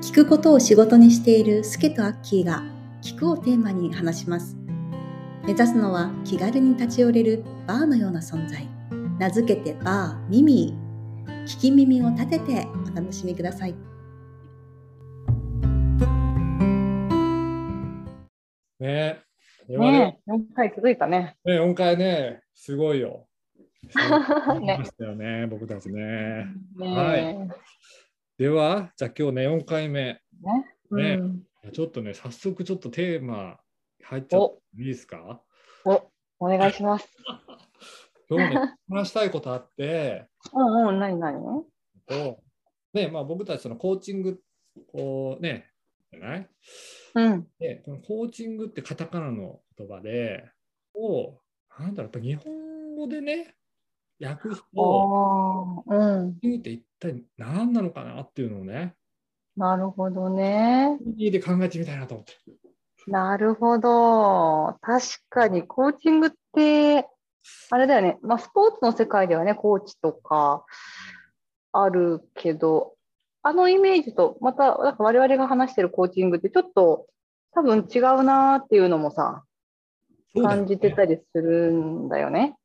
聞くことを仕事にしているスケとアッキーが聞くをテーマに話します目指すのは気軽に立ち寄れるバーのような存在名付けてバーミミー聞き耳を立ててお楽しみくださいね今まねえ、4回続いたね。でね4回ね、すごいよ。 ねましたよね、僕たちね。はいねでは、じゃあ今日ね、4回目。え。ねうんちょっとね、早速ちょっとテーマ入っちゃっお、ていいですかお願いします。今日ね、話したいことあって、うんうん、何何とねまあ、僕たちそのコーチングをね、じゃないうん。で、このコーチングってカタカナの言葉で、を、なんだろう、やっぱ日本語でね、訳すと、おーうん。コーチングって一体何なのかなっていうのをね、なるほどね。家で考えてみたいなと思って。なるほど。確かに、コーチングって、あれだよね。まあ、スポーツの世界ではね、コーチとかあるけど、あのイメージと、また、なんか我々が話してるコーチングって、ちょっと多分違うなーっていうのもさ、そうだよね感じてたりするんだよね。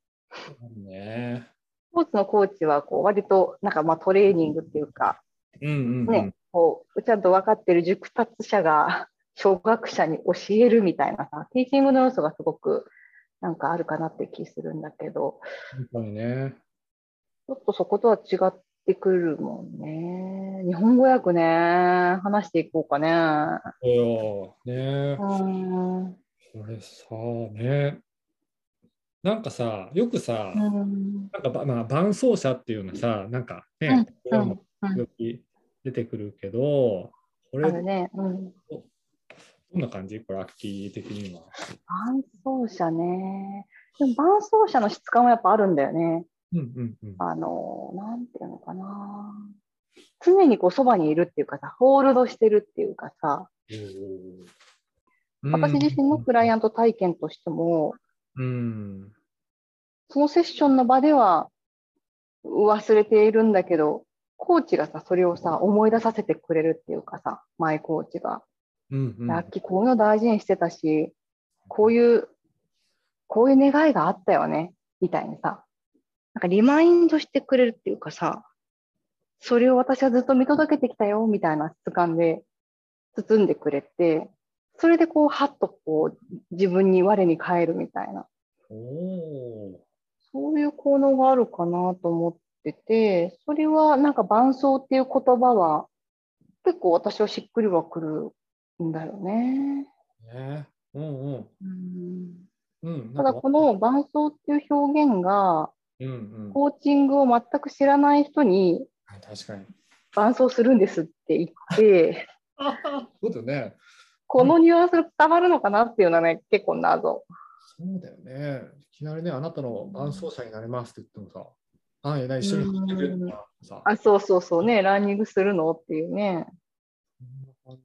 ね。スポーツのコーチはこう割となんかまあトレーニングっていうか、うんうん、うん。ねこうちゃんと分かってる熟達者が小学者に教えるみたいなさ、ティーチングの要素がすごくなんかあるかなって気するんだけど、本当にね。ちょっとそことは違ってくるもんね。日本語訳ね、話していこうかね。そうよ。ねう。ん。うんこれさ、ね。なんかさ、よくさ、なんかば、まあ、伴走者っていうのさ、なんかね、うんこれも時々出てくるけど、こあれ、るね。うどん。んな感じこれ、アッキー的には。伴走者ね。でも伴走者の質感はやっぱあるんだよね。うんうんうん。あの、なんていうのかな。常にこうそばにいるっていうかさ、ホールドしてるっていうかさ、私自身のクライアンアント体験としても、ト。うん。そのセッションの場では忘れているんだけど、コーチがさ、それをさ、思い出させてくれるっていうかさ、前コーチが。うんうん、ラッキーこういうの大事にしてたし、こういう、こういう願いがあったよね、みたいにさ、なんかリマインドしてくれるっていうかさ、それを私はずっと見届けてきたよ、みたいな質感で包んでくれて、それでこう、はっとこう、自分に我に返るみたいな、おーそういう効能があるかなと思ってて、それはなんか伴奏っていう言葉は、結構私はしっくりはくるんだよね。ね。うんうん。うんうん、たなんかだこの伴走っていう表現がうんうん、コーチングを全く知らない人に確かに。伴走するんですって言 ってそうだよね。このニュアンスが伝わるのかなっていうのはね結構謎そうだよね。いきなりね、あなたの伴走者になりますって言ってもさ、あ、えな一緒に走ってくれるからさ、あそうそうそうねランニングするのっていうねそんな感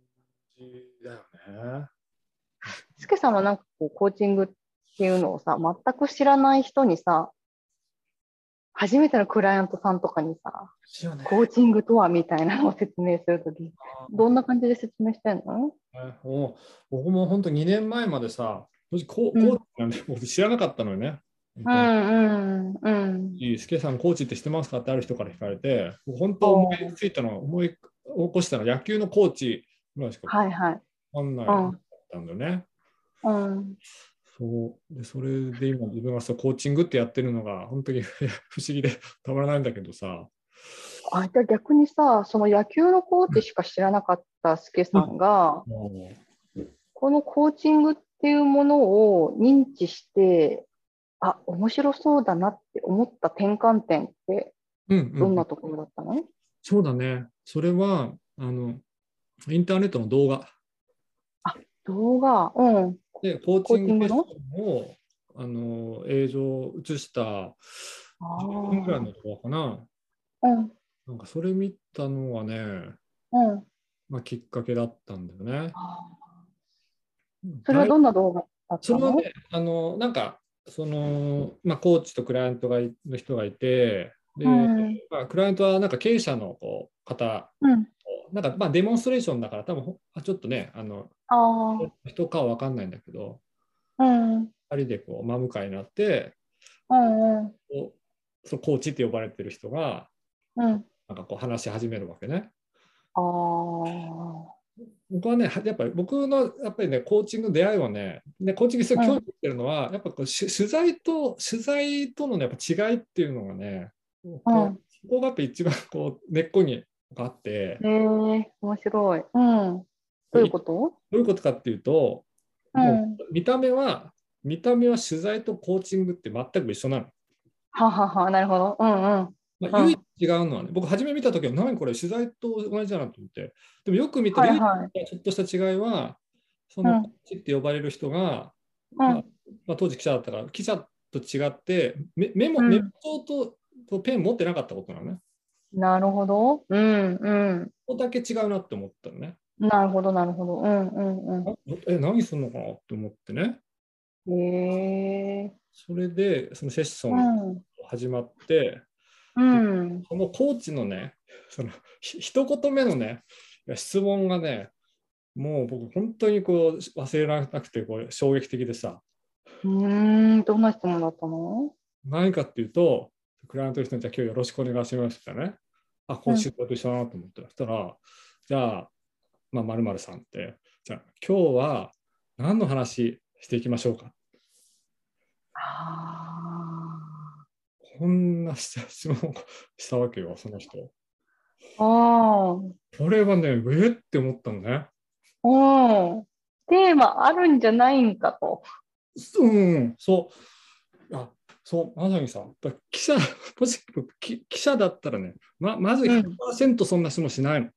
じだよね。スケさんはなんかこうコーチングっていうのをさ全く知らない人にさ初めてのクライアントさんとかにさ一応ね。コーチングとはみたいなのを説明するときどんな感じで説明してんのもう僕も本当2年前までさ、もしコうんコーチなんて僕知らなかったのよね。う本んうんうん当にスケさん、コーチって知ってますかってある人から聞かれて、僕本当思いついたのは、思い起こしたのは野球のコーチぐらいしかはいはいわかんないかったんだよね。うんそうでそれで今自分がそうコーチングってやってるのが本当に 不思議でたまらないんだけどさあじゃあ逆にさ、その野球のコーチしか知らなかったスケさんが、もこのコーチングっていうものを認知して、あ面白そうだなって思った転換点って、う、うんうん、どんなところだったの、そうだねそれはあのインターネットの動画動画、うん、でコーチングコーチングのレッスンをあの映像を映したあ10分ぐらいのー動画かなうん、なんかそれ見たのがね、うん。まあ、きっかけだったんだよね。あーそれはどんな動画だったそれのはね、あのなんかその、まあ、コーチとクライアントがいの人がいてで、うんまあ、クライアントはなんか経営者のこう方うん、なんかまあデモンストレーションだから多分ほあちょっとねあのあ人かは分かんないんだけどあ、うん、うん、 2人でこう真向かいになってうん、こうそのコーチって呼ばれてる人がうん。なんかこう話し始めるわけね。ああ、僕はねはやっぱり僕のやっぱりねコーチングの出会いはねでコーチングして興味持ってるのは、やっぱこうし取材と取材とのねやっぱ違いっていうのがね、んそこがやっぱ一番こう根っこにあって、ええ面白い。うん。どういうことどういうことかっていうと、うもん。見た目は見た目は取材とコーチングって全く一緒なの。ははは、なるほど。うんうん。まあ、唯一違うのはね、僕初め見た時は何これ取材と同じだなと思ってでもよく見たはらい唯はい。一ちょっとした違いはそうのんコーチって呼ばれる人が、うん。まあ、当時記者だったから記者と違ってメメモ、うんメモ帳ととペン持ってなかったことなのね。なるほど。うんうん。ここだけ違うなって思ったのね。なるほど、なるほど。うんうんあえ、何するのかなって思ってね。うん。へえ。それでそのセッショうンん。始まって、うん。このコーチのね、そのひ一言目のね、いや質問がね、もう僕、本当にこう忘れられなくてこう衝撃的でさ、うーん。どんな質問だったの何かっていうと、クライアントの人に、じゃあ今日よろしくお願いしますってね、あ、こう仕事一緒だなと思って、そしたら、じゃあ、まあ、〇〇さんって、じゃあ、今日は何の話していきましょうか。あこんな質質問をしたわけよ、その人。あ。ああ。これはね、えっって思ったのね。うん。テーマあるんじゃないんかと。うん、そう。あ、そう、まさにさ、やっぱ記者、もしき記者だったらね、ままずうん100%そんな質問しないの。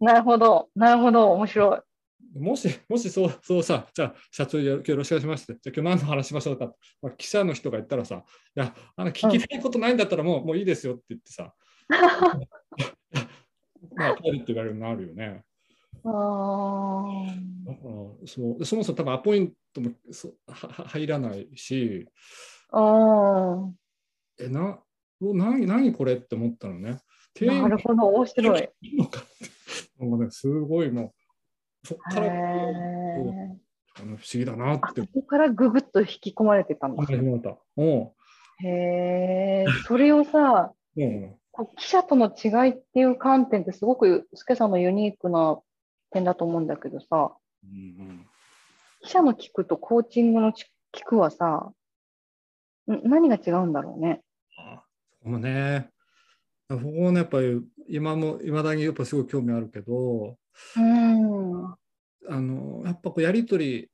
なるほど。なるほど。面白い。もし、もしそう、そうさ、じゃあ、社長よ、今日よろしくお願いしますって、じゃあ、今日何の話しましょうかって、まあ、記者の人が言ったらさ、いや、あの聞きたいことないんだったらもう、もういいですよって言ってさ、 まあ、帰るって言われるのあるよね。あーだからそうでそもそも多分アポイントもそうはは入らないし、あえ、な、お何、何これって思ったのね。ー。なるほど。面白い。へいいのかってなんかね、すごいもう、そっから、うんー。あの不思議だなあってそこからぐぐっと引き込まれてたんだ考。え始めた。うんへえ、それをさ、うんこう記者との違いっていう観点ってすごく、スケさんのユニークな点だと思うんだけどさ、うん記者の聞くとコーチングのち聞くはさ、ん何が違うんだろうね。あそこもね、ここもね、やっぱり今も、いまだにやっぱすごい興味あるけど、うん。うあのやっぱこうやりとり、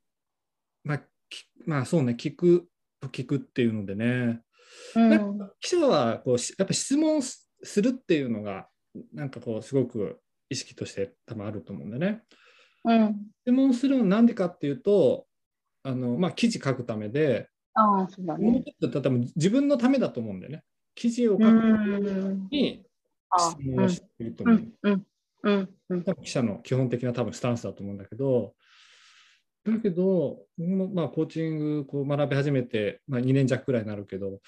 まあ、きまあそうね、聞くと聞くっていうのでね、ん。記者はこうしやっぱ質問すするっていうのが、なんかこう、すごく意識として多分あると思うんだよね。うん。質問するのは何でかっていうとあの、まあ、記事書くためで、ああ、そうだもうね。ちょっと多分自分のためだと思うんだよね。記事を書くうためん。にあ質問をしてるとう思う。ん。うん。うん。うん。多分記者の基本的な多分スタンスだと思うんだけど、だけど、もうまあ、コーチングこう学び始めて、まあ、2年弱くらいになるけど、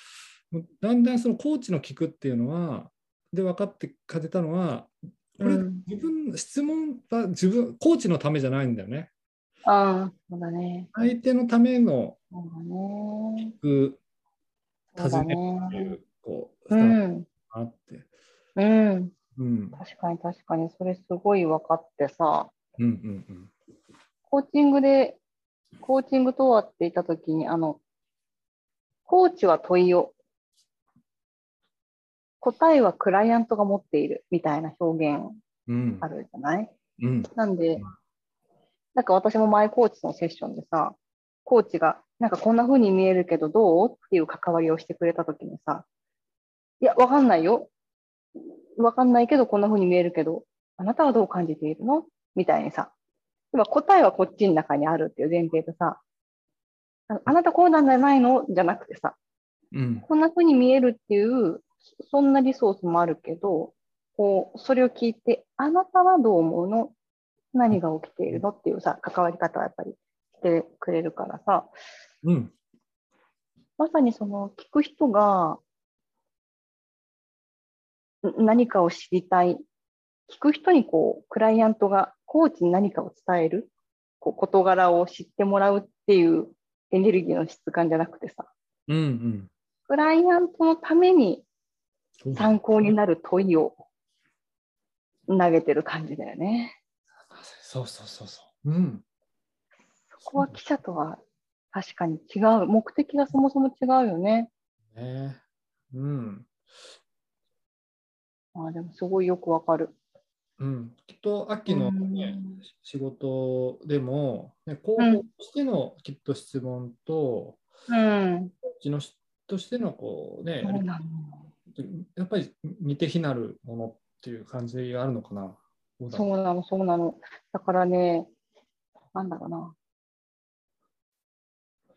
もうだんだんそのコーチの聞くっていうのは、で分かって感じたのは、これうん自分、質問は自分、コーチのためじゃないんだよね。ああ、そうだね。相手のためのそうだね。くそうだ尋ねねるって。いう、こう、スタうンスん。があって。うん。うん、確かに確かに、それすごい分かってさ、うん、うん、うん。コーチングで、コーチングとはって言ったときに、あの、コーチは問いを、答えはクライアントが持っているみたいな表現うんあ、るじゃないうん、なんうでん、なんか私も前コーチのセッションでさ、コーチが、なんかこんな風に見えるけどどうっていう関わりをしてくれたときにさ、いや、わかんないよ。わかんないけど、こんな風に見えるけど、あなたはどう感じているのみたいにさ、今答えはこっちの中にあるっていう前提でさ、ああなたこうなんじゃないのじゃなくてさ、うん、こんな風に見えるっていう、そそんなリソースもあるけど、こう、それを聞いて、あなたはどう思うの何が起きているのっていうさ、関わり方はやっぱりしてくれるからさ、うん、まさにその聞く人がん何かを知りたい聞く人にこう、クライアントがコーチに何かを伝える、こう事柄を知ってもらうっていうエネルギーの質感じゃなくてさ、うんうんクライアントのためにそうだ参考になる問いを投げてる感じだよね。そうそうそうそう。うん。そこは記者とは確かに違う。目的がそもそも違うよね。ね。うん。ああでもすごいよくわかる。うん、きっと秋の、ねうん仕事でも、ね、広報としてのきっと質問と、うん。こっちのしとしてのこう、ね、そうなの。やっぱり似て非なるものっていう感じがあるのかな。そうだそうなの、そうなの。だからね、なんだろうな。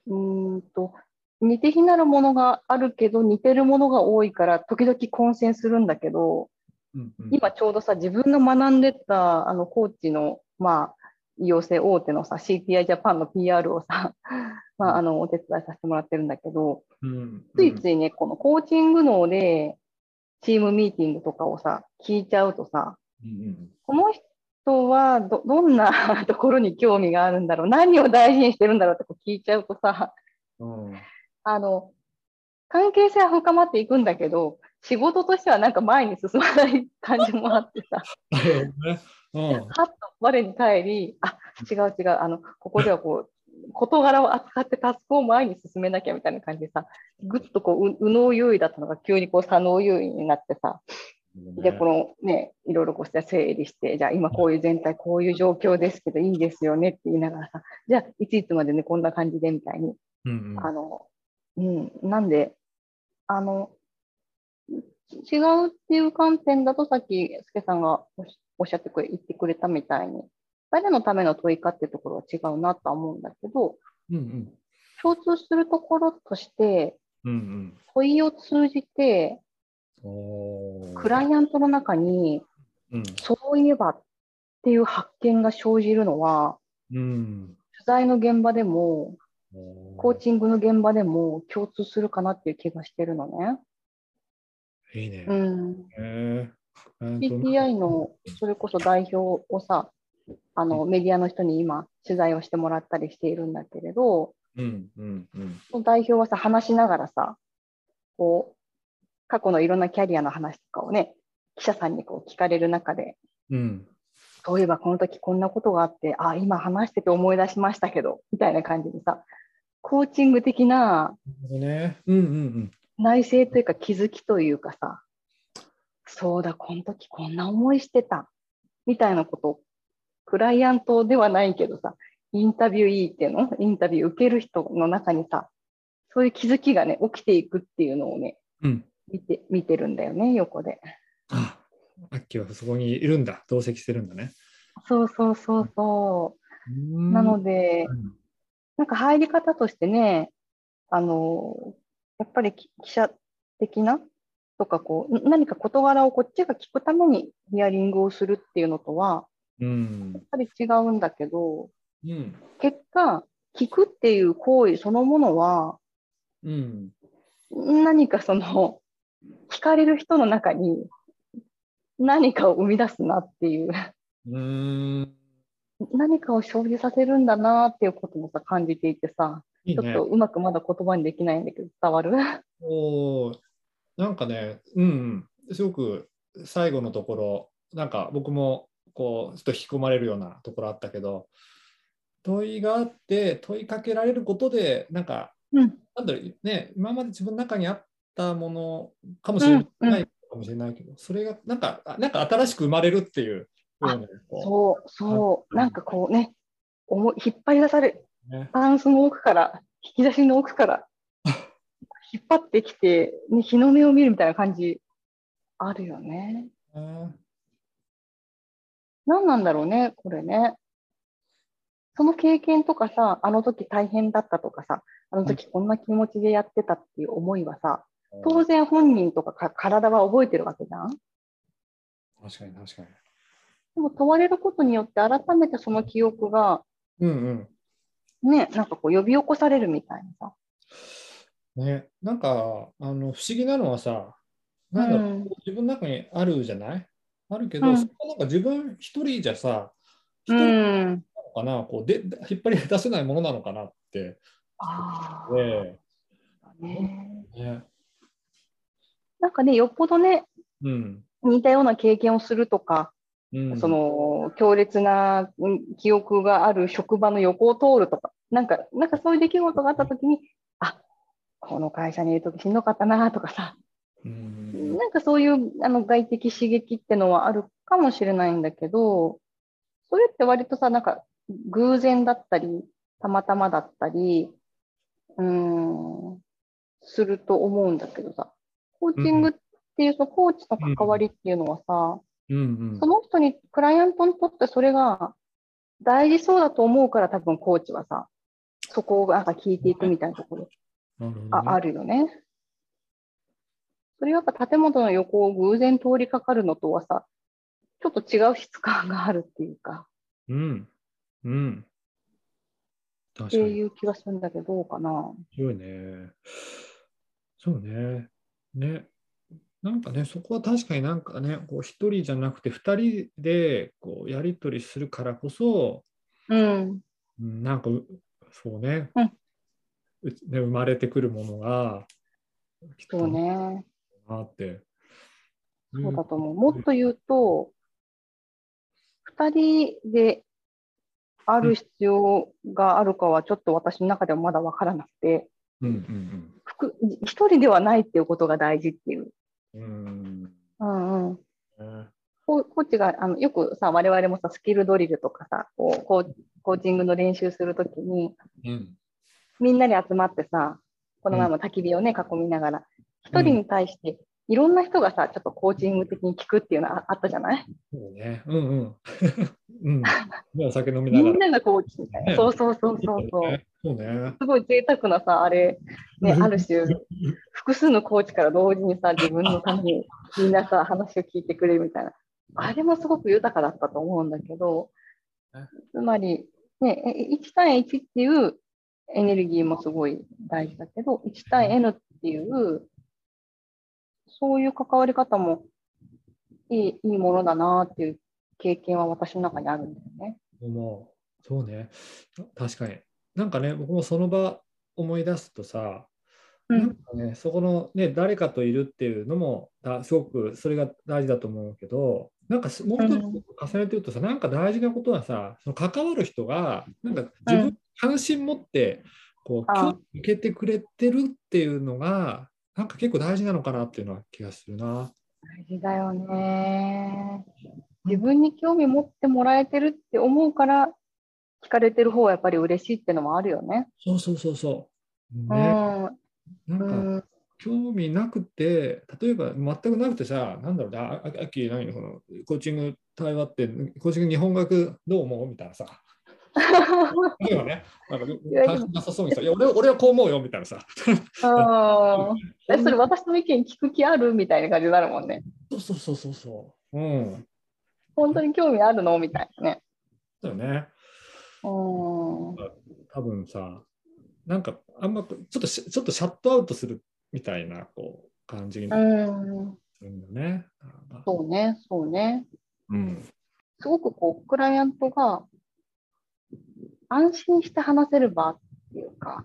うーんと、似て非なるものがあるけど、似てるものが多いから、時々混戦するんだけど、うんうん今ちょうどさ自分の学んでたあのコーチのまあ養成大手のさ CPI ジャパンの PR をさ、まあ、あのお手伝いさせてもらってるんだけどうんついついねこのコーチング能でチームミーティングとかをさ聞いちゃうとさうんうんこの人はどどんな ところに興味があるんだろう何を大事にしてるんだろうってこう聞いちゃうとさうんうんあの関係性は深まっていくんだけど仕事としてはなんか前に進まない感じもあってさなるほどねうんはっと我に返り、あ違う違う、あのここではこう事柄を扱ってタスクを前に進めなきゃみたいな感じでさ、ぐっとこうう右脳優位だったのが急にこう左脳優位になってさ、でこのね、いろいろこうして整理して、じゃあ今こういう全体、こういう状況ですけど、いいですよねって言いながらさ、じゃあいついつまでね、こんな感じでみたいに、うんうんあのうん、なんで、あの、違うっていう観点だと、さっき、すけさんがおっしおっしゃってくれ、言ってくれたみたいに、誰のための問いかっていうところは違うなとは思うんだけど、うんうん共通するところとして、うん問いを通じて、うんおークライアントの中に、うんそういえばっていう発見が生じるのは、うん取材の現場でも、おーコーチングの現場でも共通するかなっていう気がしてるのね。いいね。うん、へーえーと PTI のそれこそ代表をさあのメディアの人に今取材をしてもらったりしているんだけれどうんうんうんその代表はさ話しながらさこう過去のいろんなキャリアの話とかをね記者さんにこう聞かれる中でうんそういえばこの時こんなことがあってあ今話してて思い出しましたけどみたいな感じでさコーチング的ななるほどね。うんうんうん。内省というか気づきというかさそうだこの時こんな思いしてたみたいなことクライアントではないけどさインタビューいいっていうのインタビュー受ける人の中にさそういう気づきがね起きていくっていうのをねうん。見て見てるんだよね横であ、アッキーはそこにいるんだ。同席してるんだね。そうそうそうそうななのでうんなんか入り方としてね、あの、やっぱりき記者的なとかこう、ん何か事柄をこっちが聞くためにヒアリングをするっていうのとは、うんやっ。ぱり違うんだけど、うん。結果、聞くっていう行為そのものは、うん。ん何かその、聞かれる人の中に何かを生み出すなっていう、うん。何かを生じさせるんだなっていうこともさ、感じていてさ、いいちょっねと。うまくまだ言葉にできないんだけど伝わるおーなんかね、うん。すごく最後のところ、なんか僕もこう、ちょっと引き込まれるようなところあったけど、問いがあって、問いかけられることで、なんか、うん。なんだろうね、今まで自分の中にあったものかもしれうんうんない、かもしれないけど、それがなんか、あなんか新しく生まれるっていうようなこそうそう、なんかこうね、思い引っ張り出され、うね。バランスの奥から、引き出しの奥から、 引っ張ってきて、ね、日の目を見るみたいな感じ、あるよね。何なんだろうね、これね。その経験とかさ、あの時大変だったとかさ、あの時こんな気持ちでやってたっていう思いはさ、当然本人とかか体は覚えてるわけじゃん。確かに確かに。でも問われることによって改めてその記憶が、うんね、なんかこう呼び起こされるみたいなさ。うん。ね、なんかあの不思議なのはさ、なんだろう、自分の中にあるじゃないあるけど、うんそこなんか自分一人じゃさ、一う。人なんのかな、こうで引っ張り出せないものなのかなって。あねあ、ね。ねなんかね、よっぽどね、うん似たような経験をするとか、うん、その強烈なうん記憶がある職場の横を通るとか、なんか、なんかそういう出来事があったときに、あこの会社にいるときしんどかったなとかさ、うんなんかそういうあの外的刺激ってのはあるかもしれないんだけど、それって割とさ、なんか偶然だったり、たまたまだったり、うーん、すると思うんだけどさ、コーチングっていう、そのコーチと関わりっていうのはさ、うんその人に、クライアントにとってそれが大事そうだと思うから、多分コーチはさ、そこをなんか聞いていくみたいなところなるほどねああるよね。それはやっぱ建物の横を偶然通りかかるのとはさ、ちょっと違う質感があるっていうか、うん。うん。確かってにいう気がするんだけど、どうかな。強いね。そうね。ね。なんかね、そこは確かになんかね、こう一人じゃなくて二人でこうやり取りするからこそ、うん。うんなんかうそうね,うんう、ね、生まれてくるものがきっそうとね。なって。そうだと思う。んもっと言うと、二人である必要があるかは、ちょっと私の中ではまだわからなくて、うん複一人ではないっていうことが大事っていう。うんうん。うんうん。うんねココーチがあのよくさ、我々もさ、スキルドリルとかさ、こうコーコーチングの練習するときに、うんみんなで集まってさ、この前も焚き火をね、囲みながら、一人に対して、いろんな人がさ、ちょっとコーチング的に聞くっていうのはああったじゃないそうね。うんうん。 うん。ねお酒飲みなみがらん。ながコーチみたいねな。そうそうそうそうそう。そうね。すごい贅沢なさ、あれ、ね、ある種、複数のコーチから同時にさ、自分のためにみんなさ、話を聞いてくれるみたいな。あれもすごく豊かだったと思うんだけどね、つまり、ね、え1対1っていうエネルギーもすごい大事だけど、1対 N っていう、そういう関わり方もいいいいものだなっていう経験は私の中にあるんだよね。思う。そうね。た確かに。なんかね、僕もその場思い出すとさ、うんなんかね、そこの、ね、誰かといるっていうのもだすごくそれが大事だと思うけど、なんかしもう一つうん重ねてるとさ、なんか大事なことはさ、その関わる人が、なんか自う分関心持って、こう、あ興味向けてくれてるっていうのが、なんか結構大事なのかなっていうのは気がするな。大事だよね。自分に興味持ってもらえてるって思うから、聞かれてる方はやっぱり嬉しいってのもあるよね。そうそうそうそう。ね、うなんか、ん。うん。興味なくて、例えば全くなくてさ、なんだろうな、ああっきー何このコーチング対話って、コーチング日本学どう思うみたいなさ、例えばね、なんかや関心なさそうにさ、いや俺は俺はこう思うよみたいなさ、あーえそれ私の意見聞く気あるみたいな感じになるもんね。そうそうそうそうそう、うん、本当に興味あるのみたいなね。だよね、うん。多分さ、なんかあんまこうちょっとしちょっとシャットアウトするみたいなこう感じになうん。るんだよね。なんかそうね、そうね。うんすごくこう、クライアントが安心して話せる場っていうか、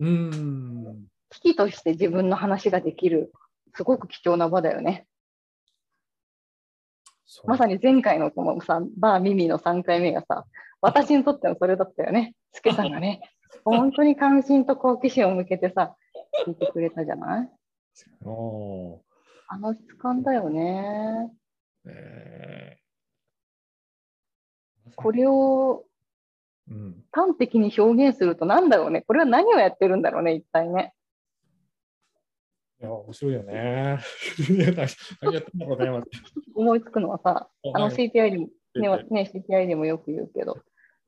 うん危機として自分の話ができる、すごく貴重な場だよね。そうまさに前回のこのさ、バーミミの3回目がさ、私にとってはそれだったよね。スケさんがね、本当に関心と好奇心を向けてさ、聞いてくれたじゃないおーあの質感だよね。えーこれをうん、端的に表現するとなんだろうね。これは何をやってるんだろうね、一体ね。いや、面白いよ ね。いやなありがとうございます。思いつくのはさ、あの CTI でも、ねはいね、CTI でもよく言うけど、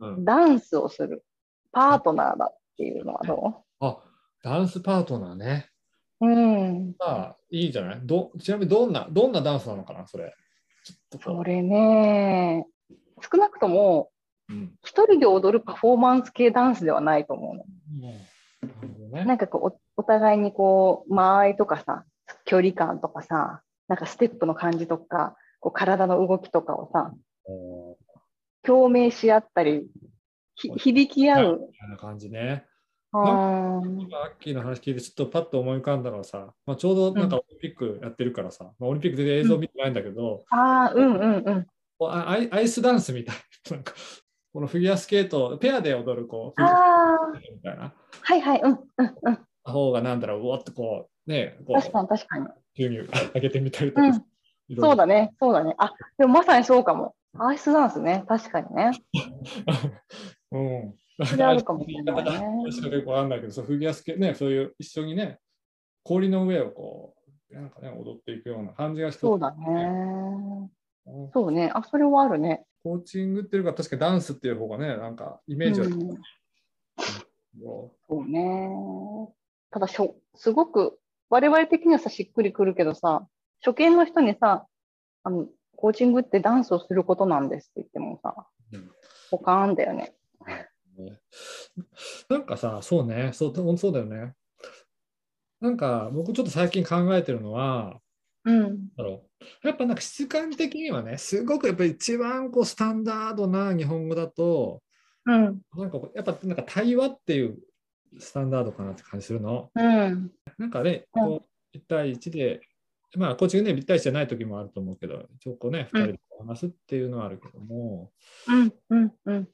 うんダンスをする。パートナーだっていうのはどあ、ダンスパートナーね。ううん。まあ、いいじゃないどちなみにどんな、どんなダンスなのかな、それ。ちょっとこそれね、少なくとも、う。うん。一人で踊るパフォーマンス系ダンスではないと思うの。なるほどなね。んかこうお、お互いにこう、間合いとかさ、距離感とかさ、なんかステップの感じとか、こう体の動きとかをさ、お共鳴し合ったり、ひ響き合う。みたいな感じね。ああ、今、アッキーの話聞いて、ちょっとパッと思い浮かんだのはさ、まあ、ちょうどなんかオリンピックやってるからさ、まあ、オリンピックで映像見てないんだけど、ああ、うんうんうん。こうあアイアイスダンスみたいな、なんか、このフィギュアスケート、ペアで踊る、こう、フィギュアああ、スケートみたいなはいはい、うんうんうん。方が、なんだろう、うわっとこう、ね、こ確う、かに確かに。牛乳上げてみたりとうか、ん、いろいろそうだね、そうだね。あ、でもまさにそうかも。アイスダンスね、確かにね。うん。それあるかもしれないね私よくわかんないけど、そうフィギュアスケね、そういう一緒にね、氷の上をこう、なんかね、踊っていくような感じがして、そうだね。そうね。あ、それはあるね。コーチングっていうか、確かダンスっていう方がね、なんかイメうーん、ジそは、うね。ただしょ、すごく、我々的にはさ、しっくりくるけどさ、初見の人にさ、あの、コーチングってダンスをすることなんですって言ってもさうん、ポカーンだよね。ねなんかさ、そうね、そう本当そうだよね。なんか僕ちょっと最近考えてるのは、うん。なんだろうやっぱなんか質感的にはね、すごくやっぱり一番こうスタンダードな日本語だと、うん。なんかこうやっぱなんか対話っていうスタンダードかなって感じするの。うん。なんかね、うんこう1対1で、まあ、コーチングね、1対1じゃない時もあると思うけど、ちょっとね、うん2人で話すっていうのはあるけども、うん。うん。うん。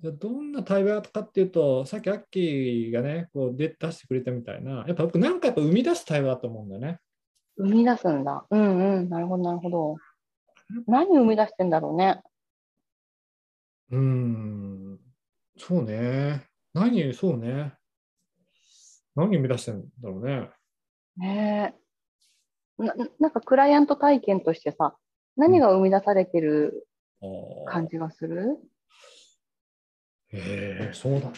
じゃあどんな対話かっていうと、さっきアッキーがね、こう出出してくれたみたいな、やっぱ僕なんかやっぱ生み出す対話だと思うんだよね。生み出すんだ。うんうん。なるほど、なるほど。何生み出してんだろうね。うーん、そうね。何、そうね。何生み出してんだろうね。ねえななんかクライアント体験としてさ、何が生み出されてるあー感じがするえー、そうだな。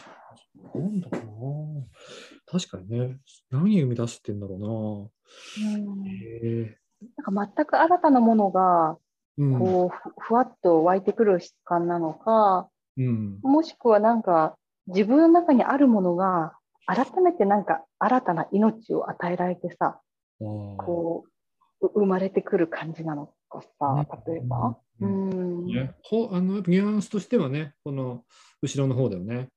なんだろうな。確かにね、何生み出してんだろうんうな。えなんか全く新たなものがー、うん。こうふふわっと湧いてくる質感なのか、うん、もしくはなんか自分の中にあるものが改めてなんか新たな命を与えられてさ、あーこうう生まれてくる感じなのかさ、例えば。ううんんね、こうあのニュアンスとしてはね、この後ろの方だよね。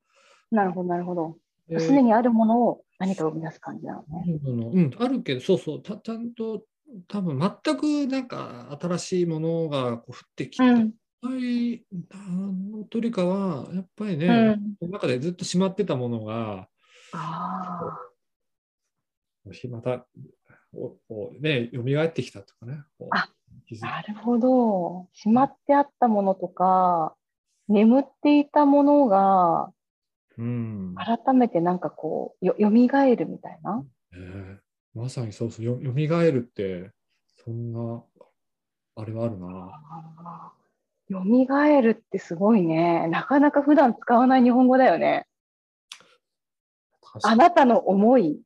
なるほど、なるほど。え常ーにあるものを何か生み出す感じなのね。あのうん、あるけど、そうそう、たちゃんと、多分全くなんか新しいものがこう降ってきて、うん、はい、あのとりかは、やっぱりね、うん。この中でずっとしまってたものが、あまた、おこうね、蘇ってきたとかね、こうあ気づあ、なるほど。しまってあったものとか、眠っていたものが、うん改めてなんかこう、よ、よみがえるみたいな。ねまさにそうそう、よみがえるって、そんな、あれはあるな。あーよみがえるってすごいね。なかなか普段使わない日本語だよね。確かあになたの思い、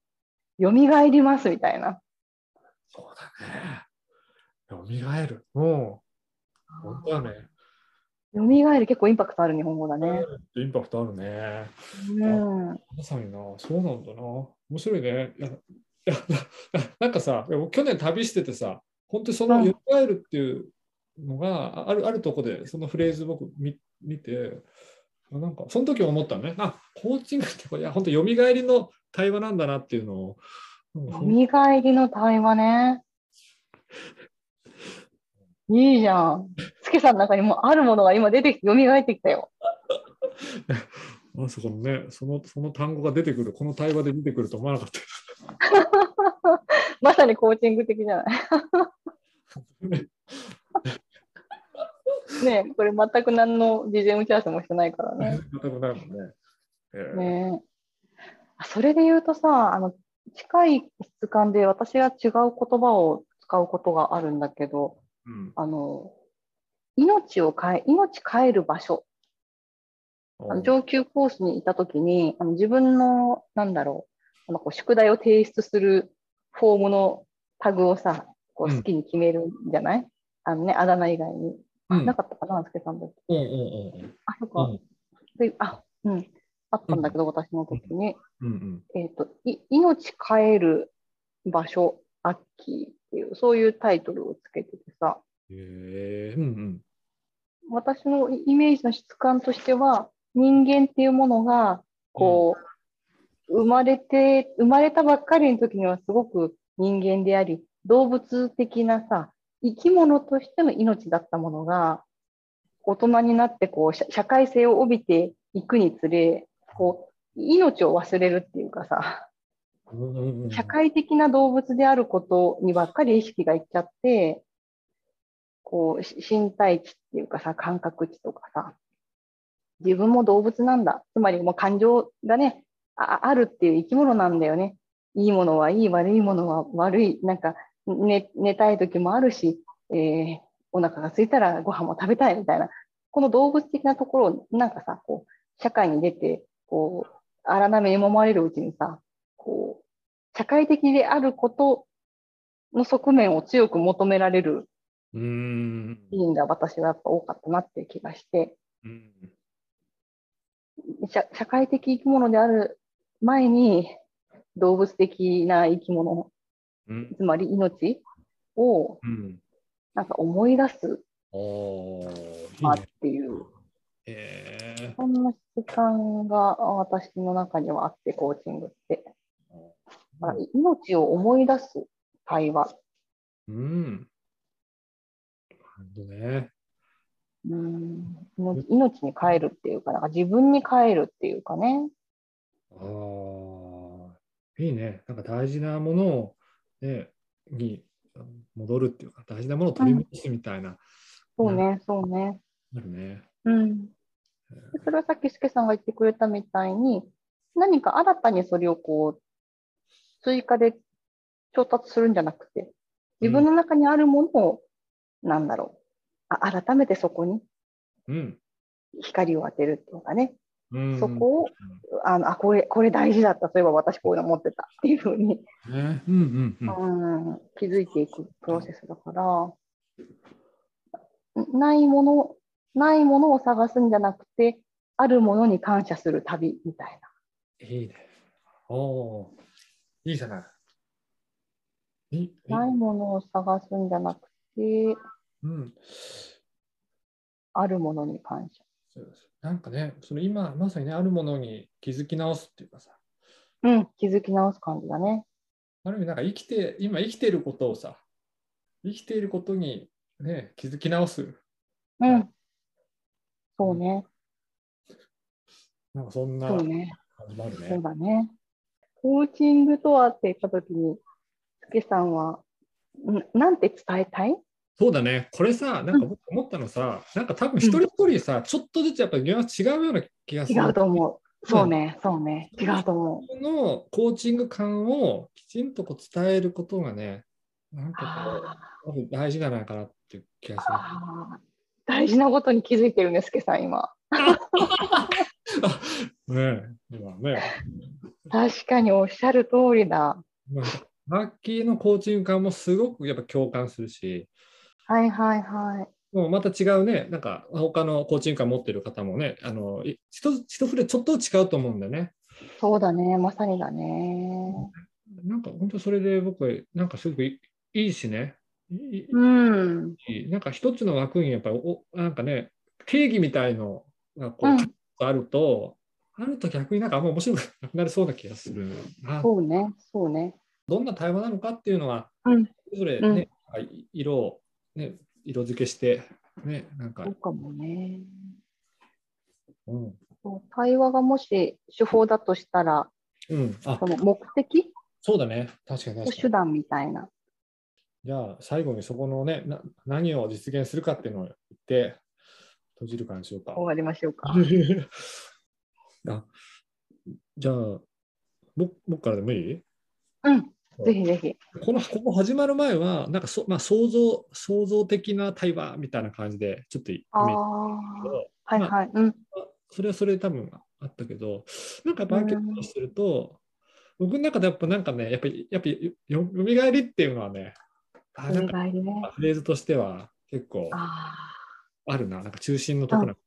よみがえりますみたいな。そうだね。よみがえる。もう、本当だね。よみがえる結構インパクトある日本語だね。インパクトあるね。うん。まさにな、そうなんだな。面白いね。いや、いや ななんかさ、いや僕去年旅しててさ、本当にその、うんよみがえるっていうのが、ああるあるとこで、そのフレーズ僕見見て、あなんか、その時思ったのね。あ、コーチングって、いや、本当よみがえりの対話なんだなっていうのを、なんかよふんみがえりの対話ね。いいじゃん。つけさんの中にもうあるものが今出てきて、よみがえってきたよ。まさかのね、その、その単語が出てくる、この対話で出てくると思わなかった。 まさにコーチング的じゃない。ねえこれ全く何の事前打ち合わせもしてないからね。全くないもんね。えーねえあそれで言うとさ、あの、近い質感で私が違う言葉を使うことがあるんだけど、うんあの、命を変え、命変える場所あの上級コースにいたときにあの自分のなんだろうあのこう宿題を提出するフォームのタグをさこううん好きに決めるんじゃない、あのねあだ名以外に、うんなかったかなすけさんだってうんうんうんうんあそっか、うんであうんあったんだけど、私の時に、うんうんえっ、とい命変える場所アッキーっていうそういうタイトルをつけててさえうんうん。私のイメージの質感としては、人間っていうものが、こう、生まれて、生まれたばっかりの時にはすごく人間であり、動物的なさ、生き物としての命だったものが、大人になってこう、社社会性を帯びていくにつれ、こう、命を忘れるっていうかさ、うんうんうん社会的な動物であることにばっかり意識がいっちゃって、こう、し身体値っていうかさ、感覚値とかさ、自分も動物なんだ。つまりもう感情がね、ああるっていう生き物なんだよね。いいものはいい、悪いものは悪い。なんか、ね、寝たい時もあるし、えーお腹が空いたらご飯も食べたいみたいな。この動物的なところを、なんかさ、こう、社会に出て、こう、荒波に揉まれるうちにさ、こう、社会的であることの側面を強く求められるうーんシーンが私はやっぱ多かったなっていう気がして、うん社社会的生き物である前に動物的な生き物、うんつまり命をうんなんか思い出すあーないっいねていう、へーそんな質感が私の中にはあって、コーチングって。だから命を思い出す会話。うん。なるほどね。うん命命に帰るっていうか、なんか自分に帰るっていうかね。ああ、いいね。なんか大事なものを、ね、に戻るっていうか、大事なものを取り戻すみたいな、そうね、そうね。あるね。うん。それはさっきすけさんが言ってくれたみたいに、何か新たにそれをこう、追加で調達するんじゃなくて、自分の中にあるものを、なんだろうあ、改めてそこにうん。光を当てるっていうかね、うん、そこをあのあこれ、これ大事だった、そういえば私こういうの持ってたっていうふうに、ね。うんうんうん。うん、気づいていくプロセスだから、ないもの、ないものを探すんじゃなくて、あるものに感謝する旅みたいいいね。おおー、いいじゃない。いいな。ないものを探すんじゃなくて、うん。あるものに感謝。そうですなんかね、その今まさにね、あるものに気づき直すっていうかさ、うん、気づき直す感じだね。ある意味、なんか生きて、今生きていることをさ、生きていることに、ね、気づき直す、うはいん。そうね、なんかそんなそう感ね、じもあるね。そうだね。コーチングとはって言ったときに、すけさんは、んなんて伝えたいそうだね、これさ、なんか僕思ったのさ、なんか多分一人一人さ、ちょっとずつやっぱりニュアンス違うような気がす違る。うと思う。そうね、そうね、違うと思う。自分のコーチング感をきちんとこう伝えることがね、なんかあーこう多分大事じゃないかなっていう気がする。あー大事なことに気づいてるね、すけさん、今。ねえ、今ね。確かにおっしゃる通りだ。まあマッキーのコーチング感もすごくやっぱ共感するし、はいはいはい。もうまた違うね、なんか他のコーチング感持ってる方もね、あのい一つ一振れちょっと違うと思うんだよね。そうだね、まさにだね。なんか本当それで僕はなんかすごくいいいしね、いいうん。いいなんか一つの枠にやっぱりおなんかね、定義みたいのがこう、うんあると、あると逆になんかあんま面白くなくなりそうな気がするな。そうね、そうね。どんな対話なのかっていうのは、うんそれぞれ、ねなんか色を、ね、色付けして、ね、なんかそう、かもね。うん、そう対話がもし手法だとしたら、うん、あその目的そうだね、確かにと確か手に。段みたいな。じゃあ、最後にそこのね、な何を実現するかっていうのを言って、閉じる感じしよう か。終わりましょうか。あじゃあ僕、僕からでもいいうん、ぜひぜひ。このここ始まる前は、なんかそ、まあ、想像想像的な対話みたいな感じで、ちょっとイああメージー、どはいはい。うん、それはそれで多分あったけど、なんかやっぱアンケートをすると、僕の中でやっぱなんかね、やっぱり、やっぱりよよみがえりっていうのはね、あおなんか願いね。フレーズとしては結構ああ。あるな、なんか中心のところな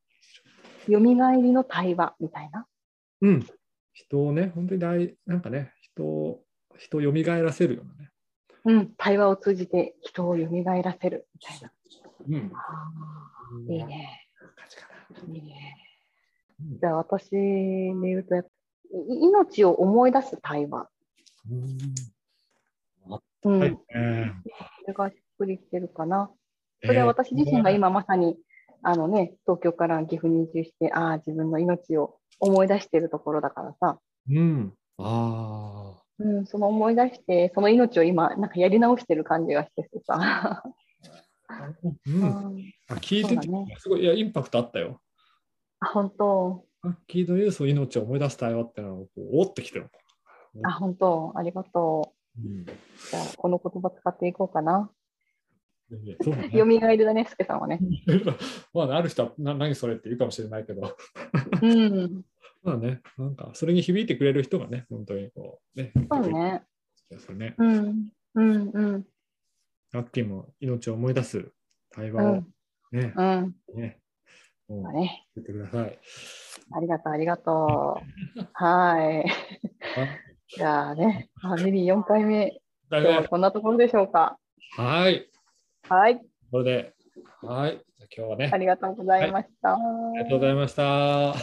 よみがえりの対話みたいな。うん、人をね、本当に大、なんかね、人を、人を蘇らせるようなね。うん、対話を通じて人をよみがえらせるみたいな。うんいいね。感じかいいね。うんじゃあ私で言うとやっぱ、い命を思い出す対話。なうん。はいえそれがしっくりしてるかな。ーそれは私自身が今まさに、あのね、東京から岐阜に移住して、ああ、自分の命を思い出してるところだからさ、うん。あうん、その思い出して、その命を今、なんかやり直してる感じがしててさ、あ。うん。あ聞いてて、そうだねすごい、いや、インパクトあったよ。 あ、本当、アッキーのユースを命を思い出したよってのをこう、おってきてる。あ、本当、ありがとうん。う。じゃあ、この言葉使っていこうかな。そうだね よみがえるだね、すけさんはね。まあ、ある人はな何それって言うかもしれないけど、うん、まあね、なんかそれに響いてくれる人がね、本当にこう、ね、そうね。ですよね。うん、うん、うん、ラッキーも命を思い出す対う話をん、ね、うん、ね、もうだね。言ってください。ありがとう、ありがとう。はい。あじゃあね、ファミリー4回目。だ今日いはこんなところでしょうか。はい、はい、これで、はい、じゃあ今日はね、ありがとうございました。ありがとうございました。